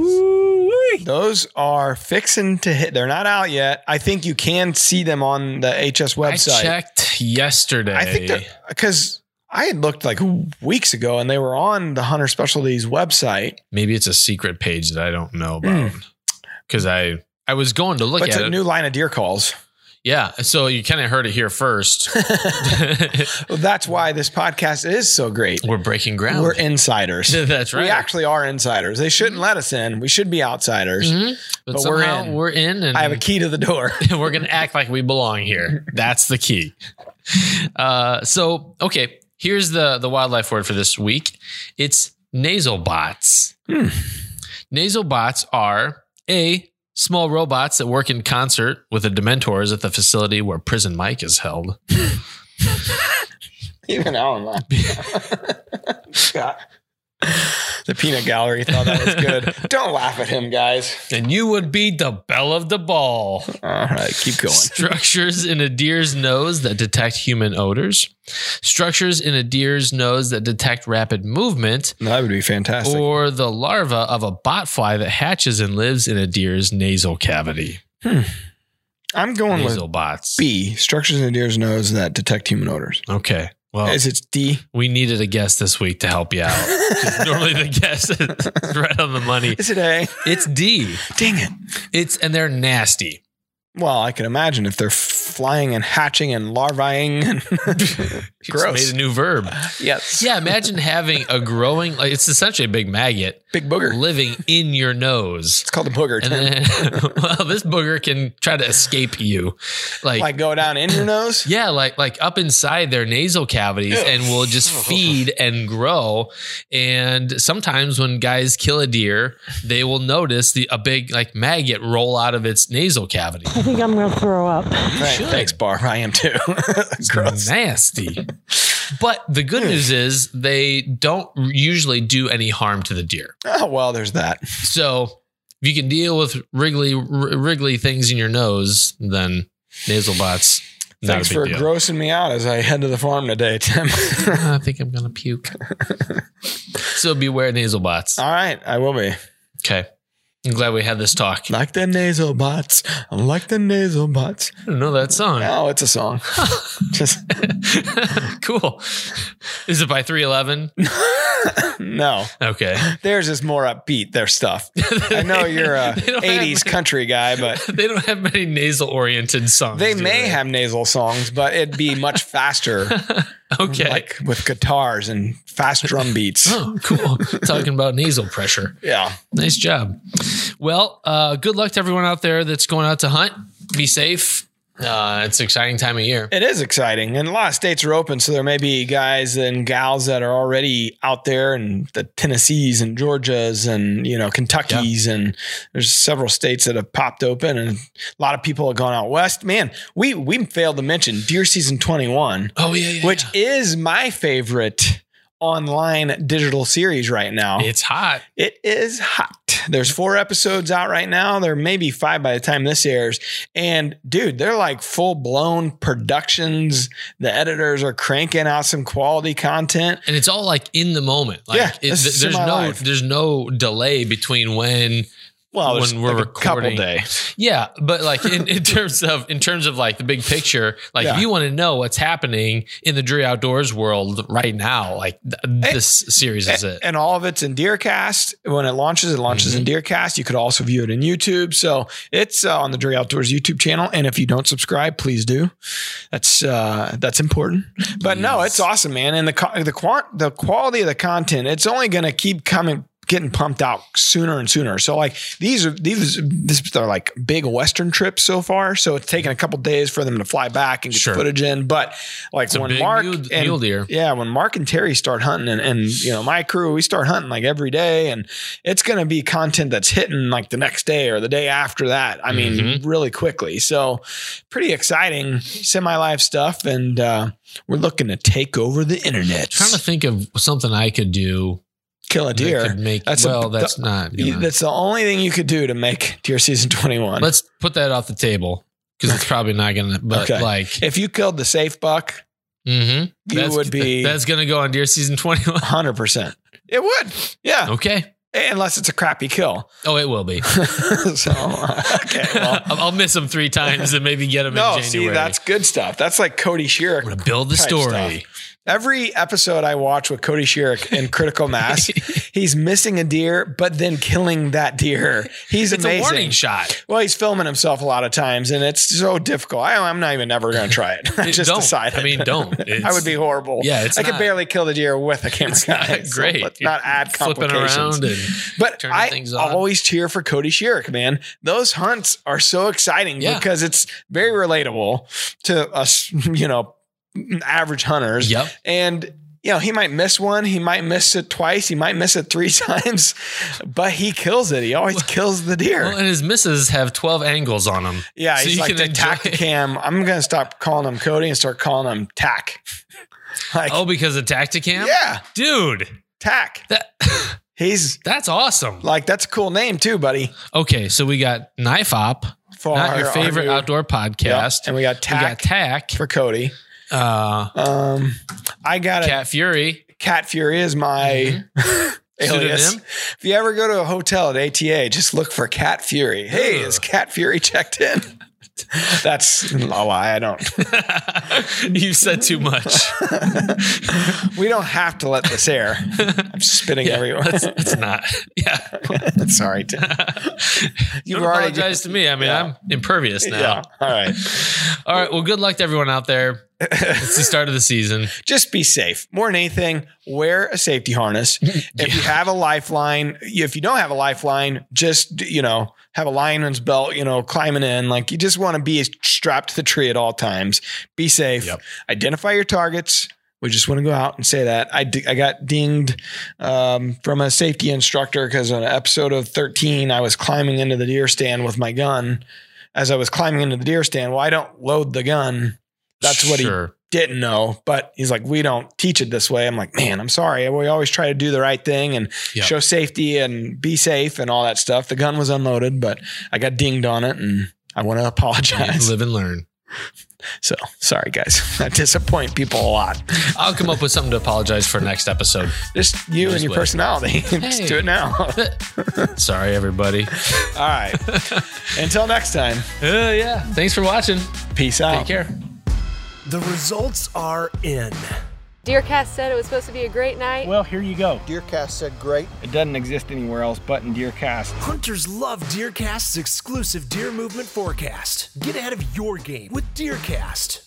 Speaker 1: Those are fixing to hit. They're not out yet. I think you can see them on the HS
Speaker 2: I
Speaker 1: website.
Speaker 2: checked yesterday.
Speaker 1: I think they're because I had looked like weeks ago and they were on the Hunter Specialties website.
Speaker 2: maybe it's a secret page that I don't know about because I I was going to look
Speaker 1: But it's
Speaker 2: at
Speaker 1: a
Speaker 2: it.
Speaker 1: Hmm. new line of deer calls.
Speaker 2: yeah, so you kind of heard it here first.
Speaker 1: Well, that's why this podcast is so great.
Speaker 2: We're breaking ground.
Speaker 1: We're insiders.
Speaker 2: That's right. Mm-hmm.
Speaker 1: We actually are insiders. They shouldn't let us in. We should be outsiders.
Speaker 2: Mhm. But,
Speaker 1: but we're
Speaker 2: somehow
Speaker 1: in.
Speaker 2: we're in, and
Speaker 1: I have a key to the door.
Speaker 2: we're gonna act like we belong here. That's the key. Uh, so okay, here's the the wildlife word for this week. It's nasal bots. Nasal bots are a small robots that work in concert with the Dementors at the facility where Prison Mike is held.
Speaker 1: Even Alan laughed. Scott. The peanut gallery thought that was good. Don't laugh at him, guys.
Speaker 2: And you would be the belle of the ball.
Speaker 1: All right, keep going.
Speaker 2: Structures in a deer's nose that detect human odors. Structures in a deer's nose that detect rapid movement.
Speaker 1: No, that would be fantastic.
Speaker 2: Or the larva of a botfly that hatches and lives in a deer's nasal cavity.
Speaker 1: I'm going with
Speaker 2: Nasal bots.
Speaker 1: B. Structures in a deer's nose that detect human odors.
Speaker 2: Okay. Well,
Speaker 1: Is it D?
Speaker 2: we needed a guest this week to help you out. 'Cause normally the guest is right on the money.
Speaker 1: Is it A?
Speaker 2: It's D.
Speaker 1: Dang it.
Speaker 2: It's and they're nasty.
Speaker 1: Well, I can imagine if they're flying and hatching and larvying. And
Speaker 2: She just
Speaker 1: Gross.
Speaker 2: Made a new verb.
Speaker 1: yes.
Speaker 2: Yeah, imagine having a growing. Like, it's essentially a big maggot
Speaker 1: Big booger.
Speaker 2: living in your nose.
Speaker 1: It's called a booger.
Speaker 2: And
Speaker 1: Tim.
Speaker 2: then, well, this booger can try to escape you, like,
Speaker 1: like go down in your nose.
Speaker 2: yeah, like like up inside their nasal cavities, and will just feed and grow. And sometimes when guys kill a deer, they will notice the a big like maggot roll out of its nasal cavity.
Speaker 5: I think I'm going to throw up.
Speaker 1: Right.
Speaker 2: should.
Speaker 1: Thanks, Barb. I am too. Gross.
Speaker 2: Nasty. But the good news is they don't usually do any harm to the deer.
Speaker 1: Oh well, there's that.
Speaker 2: So if you can deal with wriggly wr- wriggly things in your nose, then nasal bots. Not
Speaker 1: Thanks
Speaker 2: a big
Speaker 1: for
Speaker 2: deal.
Speaker 1: grossing me out as I head to the farm today, Tim.
Speaker 2: I think I'm gonna puke. so beware nasal bots.
Speaker 1: All right, I will be.
Speaker 2: Okay. I'm glad we had this talk. I
Speaker 1: Like the nasal bots. I'm like the nasal bots.
Speaker 2: don't know that song.
Speaker 1: Oh, it's a song. Just
Speaker 2: cool. Is it by 311?
Speaker 1: no.
Speaker 2: Okay.
Speaker 1: Theirs is more upbeat, their stuff. I know you're a
Speaker 2: They don't have
Speaker 1: 80s
Speaker 2: many-
Speaker 1: country guy, but
Speaker 2: They don't have many nasal oriented songs.
Speaker 1: they
Speaker 2: do
Speaker 1: may have nasal songs, but it'd be much faster,
Speaker 2: Okay.
Speaker 1: like with guitars and fast drum beats.
Speaker 2: Oh, cool. Talking about nasal pressure.
Speaker 1: Yeah.
Speaker 2: Nice job. Well, uh, good luck to everyone out there that's going out to hunt. Be safe. Uh, it's an exciting time of year.
Speaker 1: It is exciting, and a lot of states are open, so there may be guys and gals that are already out there, and the Tennessees and Georgias and you know Kentuckys, and there's several states that have popped open, and a lot of people have gone out west. Man, we we failed to mention deer season 21,
Speaker 2: Oh yeah, yeah.
Speaker 1: which
Speaker 2: yeah.
Speaker 1: is my favorite online digital series right now.
Speaker 2: it's hot.
Speaker 1: It is hot. There's four episodes out right now. There may be five by the time this airs. And dude, they're like full blown productions. The editors are cranking out some quality content.
Speaker 2: And it's all like in the moment. Like
Speaker 1: Yeah,
Speaker 2: it,
Speaker 1: this
Speaker 2: th-
Speaker 1: is
Speaker 2: there's
Speaker 1: my
Speaker 2: no
Speaker 1: life.
Speaker 2: there's no delay between when
Speaker 1: Well, there's
Speaker 2: When we're
Speaker 1: like a couple
Speaker 2: recording.
Speaker 1: days.
Speaker 2: yeah, but like in, in terms of in terms of like the big picture, like
Speaker 1: Yeah.
Speaker 2: if you want to know what's happening in the Drew Outdoors world right now, like th-
Speaker 1: Eh,
Speaker 2: this series is it. Mm-hmm.
Speaker 1: And all of it's in Deercast. When it launches, it launches in Deercast. You could also view it in YouTube. So it's uh, on the Dre Outdoors YouTube channel. And if you don't subscribe, please do. That's uh, that's important. But no, it's awesome, man. And the co- the quant the quality of the content, it's only going to keep coming getting pumped out sooner and sooner. So like these are these this are like big western trips so far. So it's taken a couple days for them to fly back and get
Speaker 2: Sure.
Speaker 1: the footage in. But like
Speaker 2: a
Speaker 1: when
Speaker 2: big
Speaker 1: Mark
Speaker 2: mule-
Speaker 1: and
Speaker 2: mule deer.
Speaker 1: yeah, when Mark and Terry start hunting and, and you know, my crew, we start hunting like every day and it's going to be content that's hitting like the next day or the day after that. I mean,
Speaker 2: Mm-hmm.
Speaker 1: really quickly. So pretty exciting semi-live stuff. And, uh, we're looking to take over the internet,
Speaker 2: trying to think of something I could do
Speaker 1: kill a
Speaker 2: that
Speaker 1: deer.
Speaker 2: could make
Speaker 1: That's a-
Speaker 2: well, that's not
Speaker 1: You-
Speaker 2: gonna-
Speaker 1: That's the only thing you could do to make deer season 21.
Speaker 2: Let's put that off the table because it's probably not gonna. But
Speaker 1: Okay.
Speaker 2: like,
Speaker 1: if you killed the safe buck,
Speaker 2: hmm
Speaker 1: you would be
Speaker 2: That's gonna go on deer season twenty one.
Speaker 1: 100%. It would. Yeah.
Speaker 2: Okay.
Speaker 1: Unless it's a crappy kill.
Speaker 2: Oh, it will be.
Speaker 1: so, okay. Well,
Speaker 2: I'll I'll miss them three times and maybe get them
Speaker 1: No,
Speaker 2: in January.
Speaker 1: see, that's good stuff. That's like Cody
Speaker 2: I'm
Speaker 1: Sherrick.
Speaker 2: gonna build the
Speaker 1: type
Speaker 2: story.
Speaker 1: Every episode I watch with Cody Sherrick in Critical Mass, he's missing a deer, but then killing that deer. He's
Speaker 2: It's
Speaker 1: amazing.
Speaker 2: a warning shot.
Speaker 1: Well, he's filming himself a lot of times, and it's so difficult. I, I'm not even ever going to try it. I just
Speaker 2: don't.
Speaker 1: decided.
Speaker 2: I mean, don't.
Speaker 1: I
Speaker 2: It's-
Speaker 1: would be horrible.
Speaker 2: Yeah, it's
Speaker 1: I could
Speaker 2: not-
Speaker 1: barely kill the deer with a camera.
Speaker 2: It's not
Speaker 1: guy, so
Speaker 2: great.
Speaker 1: let's not add
Speaker 2: Flipping
Speaker 1: complications.
Speaker 2: around and
Speaker 1: But
Speaker 2: turning
Speaker 1: I
Speaker 2: things on.
Speaker 1: always cheer for Cody Sherrick, man. Those hunts are so exciting
Speaker 2: Yeah.
Speaker 1: because it's very relatable to us, you know, average hunters.
Speaker 2: Yep.
Speaker 1: And you know, he might miss one, he might miss it twice, he might miss it three times, but he kills it. He always kills the deer.
Speaker 2: Well, and his misses have twelve angles on them.
Speaker 1: yeah,
Speaker 2: so
Speaker 1: he's
Speaker 2: you
Speaker 1: like
Speaker 2: can
Speaker 1: the
Speaker 2: enjoy-
Speaker 1: tack cam. I'm gonna stop calling him Cody and start calling him Tack. like
Speaker 2: Oh, because of Tacticam?
Speaker 1: yeah,
Speaker 2: Dude,
Speaker 1: Tack.
Speaker 2: that
Speaker 1: He's
Speaker 2: That's awesome.
Speaker 1: like, that's a cool name too, buddy.
Speaker 2: Okay, so we got Knife Op,
Speaker 1: For
Speaker 2: not your
Speaker 1: Oh, our
Speaker 2: favorite
Speaker 1: new-
Speaker 2: outdoor podcast.
Speaker 1: Yep. And we got
Speaker 2: we got
Speaker 1: Tack
Speaker 2: Tack,
Speaker 1: for Cody.
Speaker 2: uh,
Speaker 1: Um, I got a Cat,
Speaker 2: Cat Fury.
Speaker 1: Fury is my alias.
Speaker 2: Mm-hmm. Pseudonym?
Speaker 1: If you ever go to a hotel at ATA, just look for Cat Fury. Hey, is Cat Fury checked in? That's a lie. I don't.
Speaker 2: You've said too much.
Speaker 1: We don't have to let this air. I'm spitting everywhere.
Speaker 2: That's, that's not. Yeah.
Speaker 1: Sorry, Tim. You've
Speaker 2: Don't
Speaker 1: already.
Speaker 2: apologize to me. I mean,
Speaker 1: Yeah.
Speaker 2: I'm impervious now.
Speaker 1: Yeah. All right.
Speaker 2: All right. Well, good luck to everyone out there. It's the start of the season.
Speaker 1: just be safe. More than anything, wear a safety harness. If you have a lifeline, if you don't have a lifeline, just you know have a lineman's belt. You know, climbing in like you just want to be strapped to the tree at all times. Be safe.
Speaker 2: Yep.
Speaker 1: Identify your targets. We just want to go out and say that I, di- I got dinged um, from a safety instructor because on episode of 13, I was climbing into the deer stand with my gun. As I was climbing into the deer stand, well, I don't load the gun. That's what he
Speaker 2: sure.
Speaker 1: didn't know, but he's like, we don't teach it this way. I'm like, man, I'm sorry. We always try to do the right thing and
Speaker 2: Yeah.
Speaker 1: show safety and be safe and all that stuff. The gun was unloaded, but I got dinged on it and I want to apologize.
Speaker 2: Live and learn.
Speaker 1: So sorry, guys. I disappoint people a lot.
Speaker 2: I'll come up with something to apologize for next episode.
Speaker 1: Just you
Speaker 2: Just
Speaker 1: and your
Speaker 2: wait.
Speaker 1: personality. Just
Speaker 2: Hey.
Speaker 1: do it now. all
Speaker 2: Sorry, everybody.
Speaker 1: right. Until next time,
Speaker 2: Uh, yeah. Thanks for watching.
Speaker 1: peace out.
Speaker 2: Take care.
Speaker 5: The results are in.
Speaker 6: Deercast said it was supposed to be a great night.
Speaker 7: Well, here you go.
Speaker 8: Deercast said great.
Speaker 4: It doesn't exist anywhere else but in Deercast.
Speaker 5: Hunters love Deercast's exclusive deer movement forecast. Get ahead of your game with Deercast.